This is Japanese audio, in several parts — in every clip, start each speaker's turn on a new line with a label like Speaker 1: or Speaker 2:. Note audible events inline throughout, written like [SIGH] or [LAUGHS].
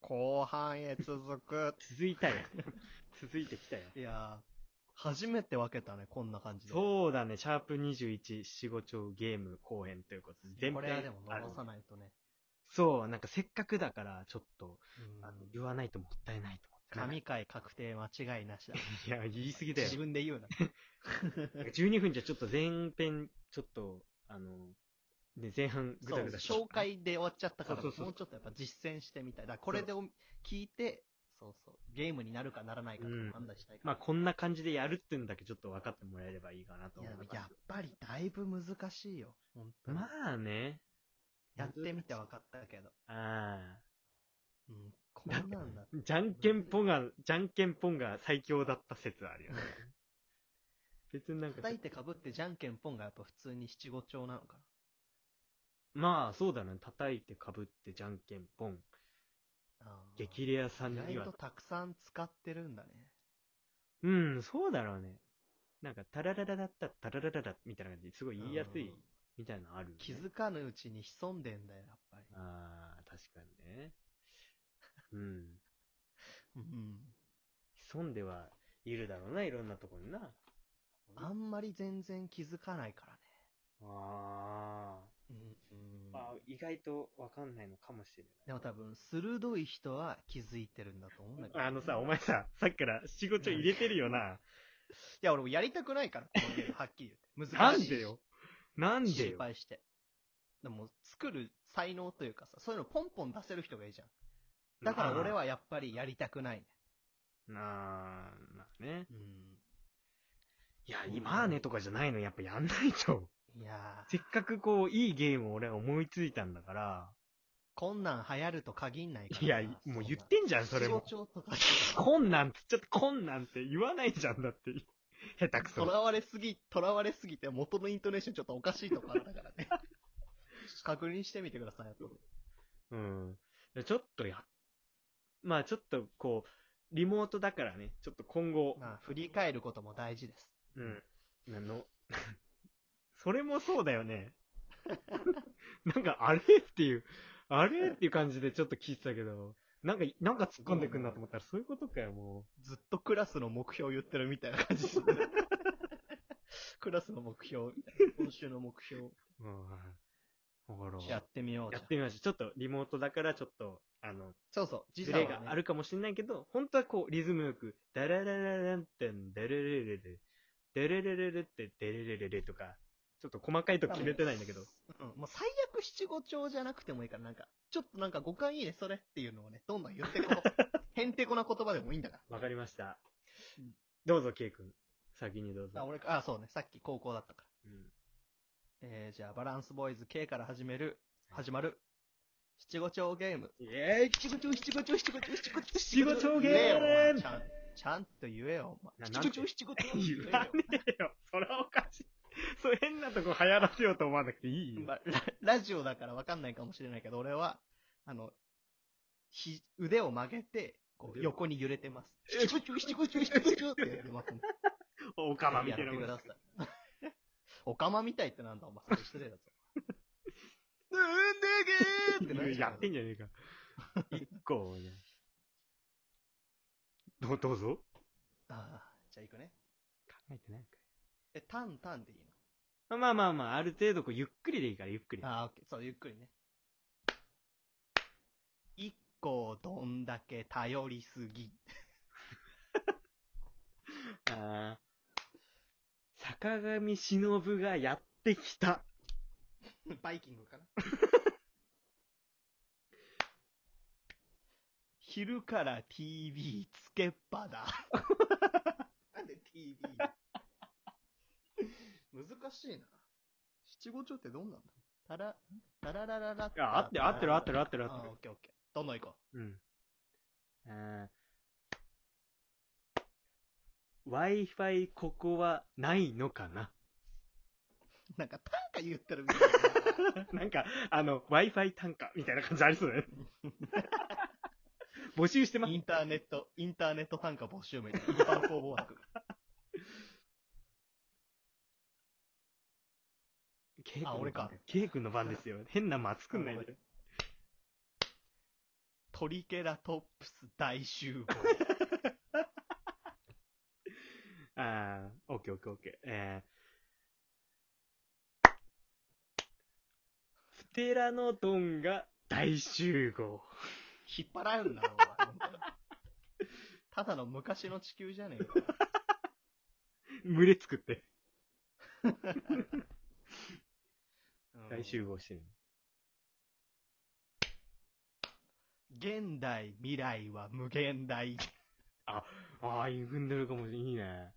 Speaker 1: 後半へ続く。
Speaker 2: 続いたよ。続いてきたよ。
Speaker 1: いやー、初めて分けたね、こんな感じで。
Speaker 2: そうだね、シャープ21、七五調ゲーム後編ということで、全
Speaker 1: これはでも
Speaker 2: ある
Speaker 1: 残さないとね。
Speaker 2: そう、なんかせっかくだから、ちょっと、
Speaker 1: うん
Speaker 2: あの、言わないともったいないと思って。
Speaker 1: 神回確定間違いなし
Speaker 2: [LAUGHS]
Speaker 1: だ。
Speaker 2: いや、言い過ぎだよ
Speaker 1: 自。分で言うな。
Speaker 2: なんか12分じゃちょっと前編、ちょっと、あの、ね、前半ぐ
Speaker 1: そう
Speaker 2: だぐだしちゃった
Speaker 1: 紹介で終わっちゃったから、
Speaker 2: そ
Speaker 1: も
Speaker 2: う
Speaker 1: う
Speaker 2: そう
Speaker 1: ち
Speaker 2: そ
Speaker 1: ょ
Speaker 2: う
Speaker 1: っとやっぱ実践してみたい。だからこれでお聞いて、そうそう、ゲームになるかならないかとか
Speaker 2: うん
Speaker 1: 判断したいから。
Speaker 2: まあこんな感じでやるってんだけちょっと分かってもらえればいいかなと
Speaker 1: い
Speaker 2: 思
Speaker 1: や
Speaker 2: い
Speaker 1: でも
Speaker 2: ます
Speaker 1: やっぱりだいぶ難しいよ。本当に
Speaker 2: まあね。
Speaker 1: やってみて分かったけど。
Speaker 2: あ
Speaker 1: うん、こんなんだ。
Speaker 2: あ。じゃんけんぽんが、じゃんけんぽんが最強だった説あるよね。別になんか、
Speaker 1: 叩いてかぶってじゃんけんぽんがやっぱ普通に七五調なのか
Speaker 2: まあそうだね。叩いてかぶってじゃんけんぽん。
Speaker 1: な。あー
Speaker 2: 激レアさん
Speaker 1: 意
Speaker 2: に
Speaker 1: 外
Speaker 2: は
Speaker 1: と。たくさん使ってるんだね。
Speaker 2: うん、そうだろうね。なんか、タララララッタ、タララララみたいな感じですごい言いやす
Speaker 1: う
Speaker 2: い
Speaker 1: ん
Speaker 2: みたいなのあるよね、
Speaker 1: 気づかぬうちに潜んでんだよ、やっぱり。
Speaker 2: ああ、確かにね。うん。
Speaker 1: うん。
Speaker 2: 潜んではいるだろうな、いろんなとこにな。
Speaker 1: あんまり全然気づかないからね。
Speaker 2: あ
Speaker 1: うん
Speaker 2: ー、まあ、意外とわかんないのかもしれ
Speaker 1: でも多分、鋭い人は気づいてるんだと思うんだけど。
Speaker 2: ない。あのさ、お前さ、さっきから七五調入れてるよな。
Speaker 1: いや、俺もやりたくないから、このゲー [LAUGHS] ム、はっきり言って。
Speaker 2: な
Speaker 1: 難しい
Speaker 2: ん。でよ。なんで
Speaker 1: 失
Speaker 2: よ。
Speaker 1: 敗して。でも、作る才能というかさ、そういうのポンポン出せる人がいいじゃん。だから俺はやっぱりやりたくないね。
Speaker 2: なあ。なあね。
Speaker 1: うん。
Speaker 2: いや、今ねとかじゃないの、やっぱやんないと。 [LAUGHS]
Speaker 1: いやー
Speaker 2: せっかくこう、いいゲームを俺は思いついたんだから。
Speaker 1: こんなん流行ると限んないから
Speaker 2: いや、もう言ってんじゃん、それも。
Speaker 1: 象徴とか、
Speaker 2: 困難って、ちょっと困難って言わないじゃんだって。下手く
Speaker 1: 囚
Speaker 2: そ。
Speaker 1: われすぎ、囚われすぎて元のイントネーションちょっとおかしいとこあるだから
Speaker 2: [LAUGHS]
Speaker 1: ね。確認してみてください、後で
Speaker 2: うん。ちょっとや、まあちょっとこう、リモートだからね、ちょっと今後、
Speaker 1: まあ、振り返ることも大事です。
Speaker 2: うん。あの、 [LAUGHS] それもそうだよ
Speaker 1: [LAUGHS]
Speaker 2: ね。なんか、あれっていう、あれっていう感じでちょっと聞いてたけど、なんか、なんか突っ込んでくんなと思ったら、そういうことかよ、も
Speaker 1: ずっとクラスの目標を言ってるみたいな感じです
Speaker 2: [LAUGHS]
Speaker 1: ねクラスの目標、今週の目標、
Speaker 2: う。うん。ほら。
Speaker 1: やってみようじ
Speaker 2: や
Speaker 1: ゃん
Speaker 2: っ。てみましょう。ちょっとリモートだから、ちょっと、あの、
Speaker 1: そうそう、時
Speaker 2: ズ
Speaker 1: 差は
Speaker 2: レ
Speaker 1: ね
Speaker 2: があるかもしれないけど、本当はこう、リズムよく、ダラララランテン、ダレレレレ、ダレレレレって、デレレレレとか、ちょっと細かいとこ決めてないんだけど、
Speaker 1: うん、もう最悪七五調じゃなくてもいいから、なんか、ちょっとなんか五感いいね、それっていうのをね、どんどん言ってこう。
Speaker 2: [LAUGHS]
Speaker 1: へんてこな言葉でもいいんだから。
Speaker 2: わかりました
Speaker 1: うん。
Speaker 2: どうぞ、ケイ君。先にどう
Speaker 1: あ、
Speaker 2: ぞ。
Speaker 1: 俺か、あ、そうね、さっき高校だったから。
Speaker 2: うん
Speaker 1: えー、じゃあ、バランスボーイズ K から始める、始まる、七五調ゲーム。
Speaker 2: イェーイ
Speaker 1: 七五調、七五調、七五調、七五調、
Speaker 2: 七五調ゲーム
Speaker 1: 言えよお前ちゃんちゃんと言えよ、お
Speaker 2: な
Speaker 1: 前。
Speaker 2: なん
Speaker 1: 七
Speaker 2: て
Speaker 1: 五調、七五調。
Speaker 2: 言わねえよ。それはおかしい。そう、変なとこ流行らせようと思わなくていいよ。
Speaker 1: まあララジオだから分かんないかもしれないけど、俺は、あの、ひ腕を曲げて、こう
Speaker 2: 腕を
Speaker 1: 横に揺れてます。
Speaker 2: え
Speaker 1: 七五調、七五調、七五調ってやってますんで。
Speaker 2: おかまみたいな
Speaker 1: やって
Speaker 2: も
Speaker 1: く
Speaker 2: ん。
Speaker 1: ださい。 [LAUGHS] おかまみたいってなんだ、お前。それ失礼だぞ。
Speaker 2: う
Speaker 1: で
Speaker 2: ん
Speaker 1: けーってなっちゃう
Speaker 2: やってんじゃねえか。一個ね。どう、どうぞ。
Speaker 1: ああ、じゃあ行くね。
Speaker 2: 考えてないんか
Speaker 1: え、タンタンでいいの
Speaker 2: いまあまあまあ、ある程度こう、ゆっくりでいいから、ゆっくり。
Speaker 1: ああ、オッケー。そう、ゆっくりね。一個をどんだけ頼りすぎ。 [LAUGHS]
Speaker 2: あー坂上忍がやってきた。
Speaker 1: バイキングか [LAUGHS] な昼から TV つけっぱだ。 [LAUGHS] なんで TV? 難しいな。七五調ってどんなんだたら、たらららら
Speaker 2: あ合ってる合ってる合ってる合ってる合って
Speaker 1: あ、
Speaker 2: る
Speaker 1: オッケーオッケー。どんどん行こ
Speaker 2: うん。あー Wi-Fi ここはないのかな [LAUGHS]
Speaker 1: う。なんか短歌言ってるみたいな。
Speaker 2: なんか、あの、Wi-Fi 単価みたいな感じありそうだね。 [LAUGHS] 募集してます
Speaker 1: イ。ンターネット、インターネット単価募集名、一般公募
Speaker 2: [LAUGHS]
Speaker 1: 枠。
Speaker 2: ケイ君
Speaker 1: あ俺か。
Speaker 2: ケイ君の番ですよ。変な間作んないで。
Speaker 1: トリケラトップス大集合。
Speaker 2: あー、オッケーオッケーオッケー。えー、プテラノドンが大集合。
Speaker 1: 引っ張らんな、お前本当に
Speaker 2: [LAUGHS]
Speaker 1: ただの昔の地球じゃねえか。
Speaker 2: 群れ作って。
Speaker 1: うん
Speaker 2: 大集合してる。
Speaker 1: 現代、未来は無限大。
Speaker 2: あー、踏んでるかもしれん。いいね。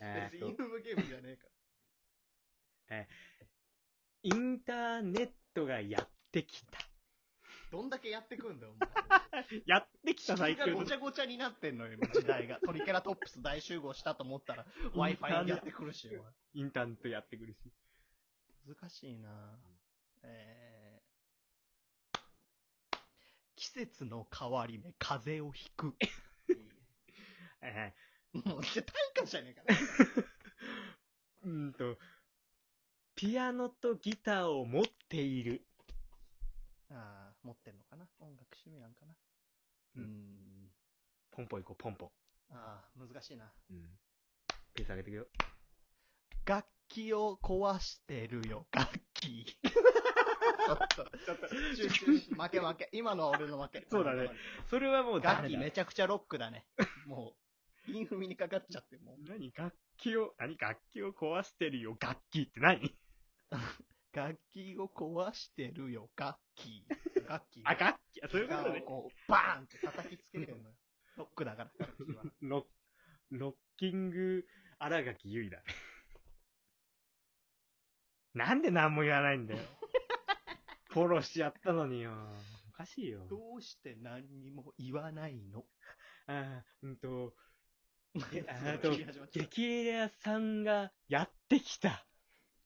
Speaker 2: えー、と、
Speaker 1: ムゲームじゃねえか。
Speaker 2: インターネットがやってきた。
Speaker 1: どんだけやってくんだよ、お
Speaker 2: やってきた
Speaker 1: 前。
Speaker 2: 最
Speaker 1: 地球がご
Speaker 2: 近
Speaker 1: ち。ゃごちゃになってんのよ、今時代が。トリケラトップス大集合したと思ったら、Wi-Fi やってくるし、お前
Speaker 2: インターネットやってくるし。
Speaker 1: 難しいなえー季節の変わり目、風邪をひ [LAUGHS] く。
Speaker 2: え
Speaker 1: もう、短歌じゃねえかね。
Speaker 2: ー、うーんと、ピアノとギターを持っている。
Speaker 1: ああ、持ってんのかな音楽趣味なんかなう。
Speaker 2: うんん
Speaker 1: ん
Speaker 2: ポンポン行こう、ポンポン。
Speaker 1: ああ、難しいな。
Speaker 2: うん。ペース上げてくよ。
Speaker 1: 楽器を壊してるよ、楽器。ちょっと、
Speaker 2: ちょっと
Speaker 1: 集中し負け負け。今のは俺の負け。
Speaker 2: そうだね。それはもう
Speaker 1: 楽
Speaker 2: ダメ
Speaker 1: 器
Speaker 2: だ
Speaker 1: めちゃくちゃロックだね。 [LAUGHS] もう、インフミにかかっちゃって、もう。
Speaker 2: 何楽器を、何楽器を壊してるよ、楽器って何
Speaker 1: 楽器を壊してるよ、楽 [LAUGHS] 器。楽器。
Speaker 2: あ、楽器あそういうこと
Speaker 1: ギターを
Speaker 2: ね。
Speaker 1: こう、バーンって叩きつけてるのよ。ロックだから、楽器 [LAUGHS] は。
Speaker 2: ロッ、ロッキング、新垣結
Speaker 1: [LAUGHS]
Speaker 2: 衣だね。なんで何も言わないんだよ。フォローしちゃったのによ。おかしいよ。
Speaker 1: どうして何にも言わないの
Speaker 2: あーうんと、
Speaker 1: [LAUGHS]
Speaker 2: えあ
Speaker 1: そ
Speaker 2: ーと
Speaker 1: う急に始まっちゃった
Speaker 2: 激レアさんがやってきた。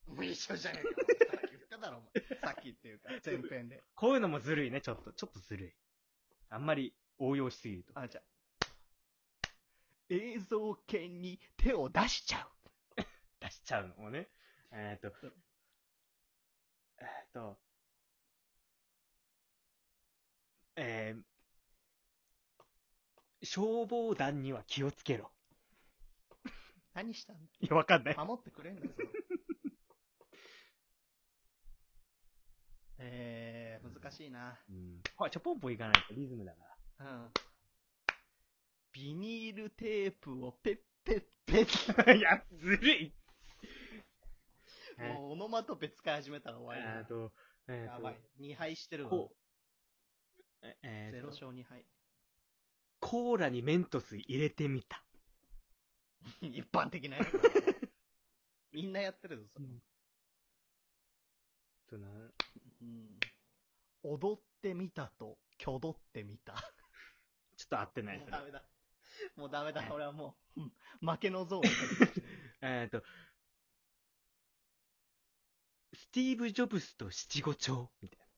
Speaker 1: もう一緒じゃねえか。さっき言っただろ、お前。さっきっていうか、前編で。
Speaker 2: こういうのもずるいね、ちょっと。ちょっとずるい。あんまり応用しすぎると。
Speaker 1: あ、じゃあ映像権に手を出しちゃ
Speaker 2: 出しちゃうのをね。えっ、と、えっ、と、えー消防団には気をつけろ。
Speaker 1: う。何したんだ
Speaker 2: いや、わかんない。
Speaker 1: 守ってくれんだぞ。 [LAUGHS] えー、難しいな。
Speaker 2: うん。ほら、ちょ、ポンポンいかないとリズムだから。
Speaker 1: うん。ビニールテープをペッペッペッ。
Speaker 2: い [LAUGHS] や、ずるい。え
Speaker 1: もうオノマトペ使い始めたら
Speaker 2: ー
Speaker 1: 終わ
Speaker 2: えー
Speaker 1: り
Speaker 2: と、
Speaker 1: だ。
Speaker 2: え
Speaker 1: や
Speaker 2: ー
Speaker 1: ば
Speaker 2: と
Speaker 1: い、。2敗してるの
Speaker 2: こ。う、ええ
Speaker 1: ゼ
Speaker 2: ー
Speaker 1: ロ
Speaker 2: と
Speaker 1: 勝2敗。
Speaker 2: コーラにメントス入れてみた。
Speaker 1: [LAUGHS] 一般的なやつだ。
Speaker 2: [LAUGHS]
Speaker 1: みんなやってるぞ、それ。
Speaker 2: とな
Speaker 1: うん踊ってみたと、挙動ってみた。
Speaker 2: ちょっと合ってない
Speaker 1: もう
Speaker 2: それ
Speaker 1: ダメだ。もうダメだ、俺はもう、うん負けのゾーンに入ってきてる。
Speaker 2: えっと、スティーブ・ジョブスと七五調みたい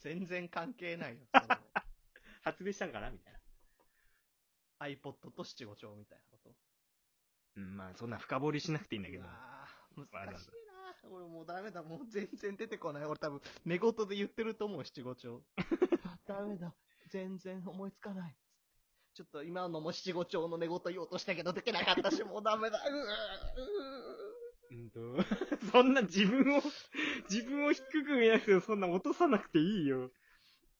Speaker 1: 全然関係ないよ。そ
Speaker 2: [LAUGHS]
Speaker 1: の
Speaker 2: な。発明したんかなみたいな。
Speaker 1: iPod と七五調みたいなこ
Speaker 2: うん、まあ、そんな深掘りしなくていいんだ
Speaker 1: と。
Speaker 2: け
Speaker 1: う
Speaker 2: ど
Speaker 1: わ。ぁ難しいなぁ俺もうダメだ、もう全然出てこない。俺多分、寝言で言ってると思う、七五
Speaker 2: [LAUGHS]
Speaker 1: 調。あダメだ、全然思いつかない。ちょっと今のも七五調の寝言言おうとしたけど、できなかったし、もうダメだ。うわぁう
Speaker 2: うんと、 [LAUGHS] そんな自分を、自分を低く見なくてもそんな落とさなくていいよ。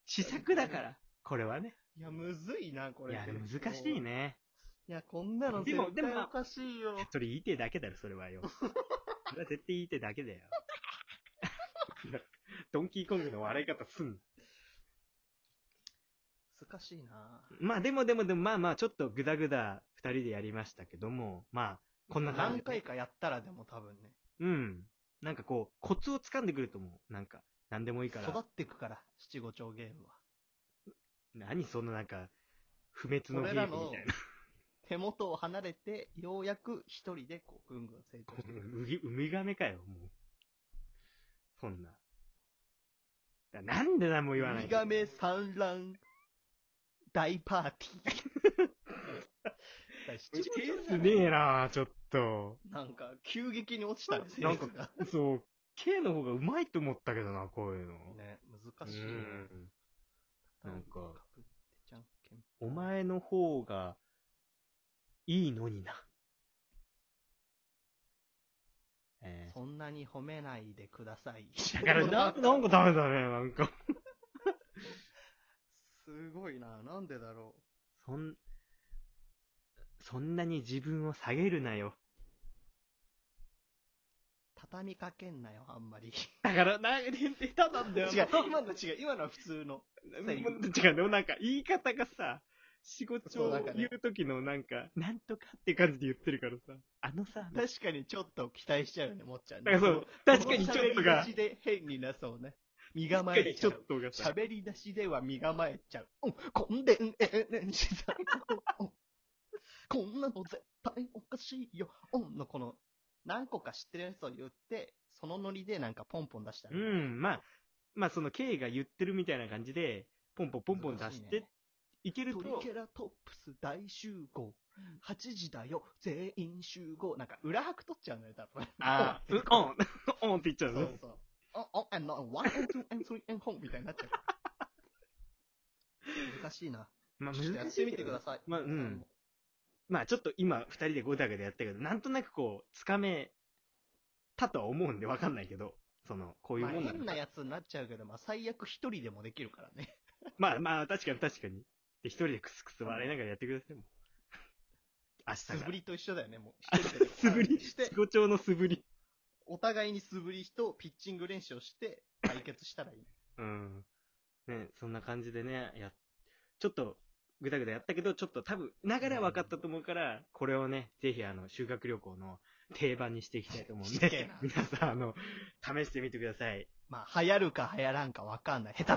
Speaker 2: 試作だから。これはね。
Speaker 1: いや、むずいな、こ
Speaker 2: い
Speaker 1: れ。
Speaker 2: や、難しい。ね。
Speaker 1: いや、こんなの
Speaker 2: で
Speaker 1: 絶
Speaker 2: もで
Speaker 1: 対
Speaker 2: も
Speaker 1: おかしいよ。
Speaker 2: それ言いてえだけだろ、それは [LAUGHS] よ。それは絶対言いてえだけだよ。 [LAUGHS] ドンキーコングの笑い方すんな
Speaker 1: 難しいな
Speaker 2: まあでもでもでもまあまあちょっとグダグダ二人でやりましたけども、まあこんな感
Speaker 1: 何
Speaker 2: じで。
Speaker 1: 回かやったらでも多分ね、
Speaker 2: うん。なんかこう、コツを掴んでくると思う。なんか、なんでもいいか
Speaker 1: 育
Speaker 2: ら
Speaker 1: っ。てくから、七五調ゲームは。
Speaker 2: 何そのなんか、不滅の
Speaker 1: 俺
Speaker 2: ゲー
Speaker 1: ら
Speaker 2: ムみ
Speaker 1: の
Speaker 2: たいな。
Speaker 1: 手元を離れて、ようやく一人でこう、ぐんぐん成長してくる。
Speaker 2: うぎ、ウミガメかよ、もう。そんな。だなんで何も言わない
Speaker 1: ウミガメ産卵、大パーティー。
Speaker 2: ペ
Speaker 1: 七五
Speaker 2: ース
Speaker 1: 調
Speaker 2: ねえなちょっと。
Speaker 1: なんか、急激に落ちたね、
Speaker 2: なん
Speaker 1: セ
Speaker 2: か
Speaker 1: ンスが。
Speaker 2: そう、K の方がうまいと思ったけどな、こういうの。
Speaker 1: ね、難しいよ。
Speaker 2: うん前の方がいいのにな。え
Speaker 1: そんなに褒めないでください。
Speaker 2: ー、だからな、なんかダメだね、なんか。
Speaker 1: すごいな。なんでだろ
Speaker 2: そん、そんなに自分を下げるなよ。
Speaker 1: う。畳みかけんなよ、あんまり。
Speaker 2: だから、な、下手なんだよ。
Speaker 1: 違う、今の違う。今のは普通の。
Speaker 2: もう違う、でもなんか言い方がさ、仕事を言う時のなんか、なんとかって感じで言ってるからさ、あのさ、
Speaker 1: 確かにちょっと期待しちゃうよね、もっちゃん
Speaker 2: だ
Speaker 1: ね。
Speaker 2: からそう、確かにちょっとが
Speaker 1: 喋り出、しで変になそうね。身構え
Speaker 2: ち
Speaker 1: ち
Speaker 2: ょ
Speaker 1: ゃ
Speaker 2: っ
Speaker 1: う。
Speaker 2: とがさ、
Speaker 1: 喋り出しでは身構えちゃう。うん、こんでん、えん、えん、しさ。うん [LAUGHS] こんなの絶対おかしいよ。うん、のこの、何個か知ってるやつを言って、そのノリでなんかポンポン出した
Speaker 2: う
Speaker 1: ら、
Speaker 2: ん、まあ、まあその K が言ってるみたいな感じで、ポンポンポンポン出していける
Speaker 1: トリ
Speaker 2: と、
Speaker 1: ケラトップス大集合。8時だよ、全員集合。なんか裏拍取っちゃうのよ、多分。
Speaker 2: ああ、うん、オン、オンって言っちゃう
Speaker 1: そ
Speaker 2: の
Speaker 1: う。そう。お、お、あの、ワン、エン、ツー、エン、スリー、エン、ホンみたいになっちゃ
Speaker 2: [LAUGHS]
Speaker 1: う。難しいな。
Speaker 2: まあ
Speaker 1: ちょっとやってみてくだ
Speaker 2: い。
Speaker 1: さい。
Speaker 2: まあうん。まあちょっと今、二人でごだごだやったけど、なんとなくこう、つかめたとは思うんでわかんないけど、その、こういう
Speaker 1: まあ、
Speaker 2: もんなん
Speaker 1: 変
Speaker 2: だ
Speaker 1: なやつになっちゃうけど、まあ、最悪一人でもできるから [LAUGHS] ね。
Speaker 2: まあまあ、確かに確かに。で、一人でクスクス笑いながらやってくださいもん。明日
Speaker 1: 素
Speaker 2: が
Speaker 1: 振。りと一緒だよね、 [LAUGHS] もう。一人で
Speaker 2: [LAUGHS] 素振り
Speaker 1: し
Speaker 2: して
Speaker 1: て、、
Speaker 2: ご調の素振り。
Speaker 1: お互いに素振りとピッチング練習をして、対決した [LAUGHS] らいい。
Speaker 2: うん。ね、そんな感じでね、や、ちょっと、ぐだぐだやったけど、ちょっと多分、流れは分かったと思うから、これをね、ぜひあの、修学旅行の定番にしていきたいと思うん
Speaker 1: しつけえ
Speaker 2: で
Speaker 1: な、
Speaker 2: 皆さん、あの、試してみてください。
Speaker 1: まあ、流行るか流行らんかわかんない。下手だ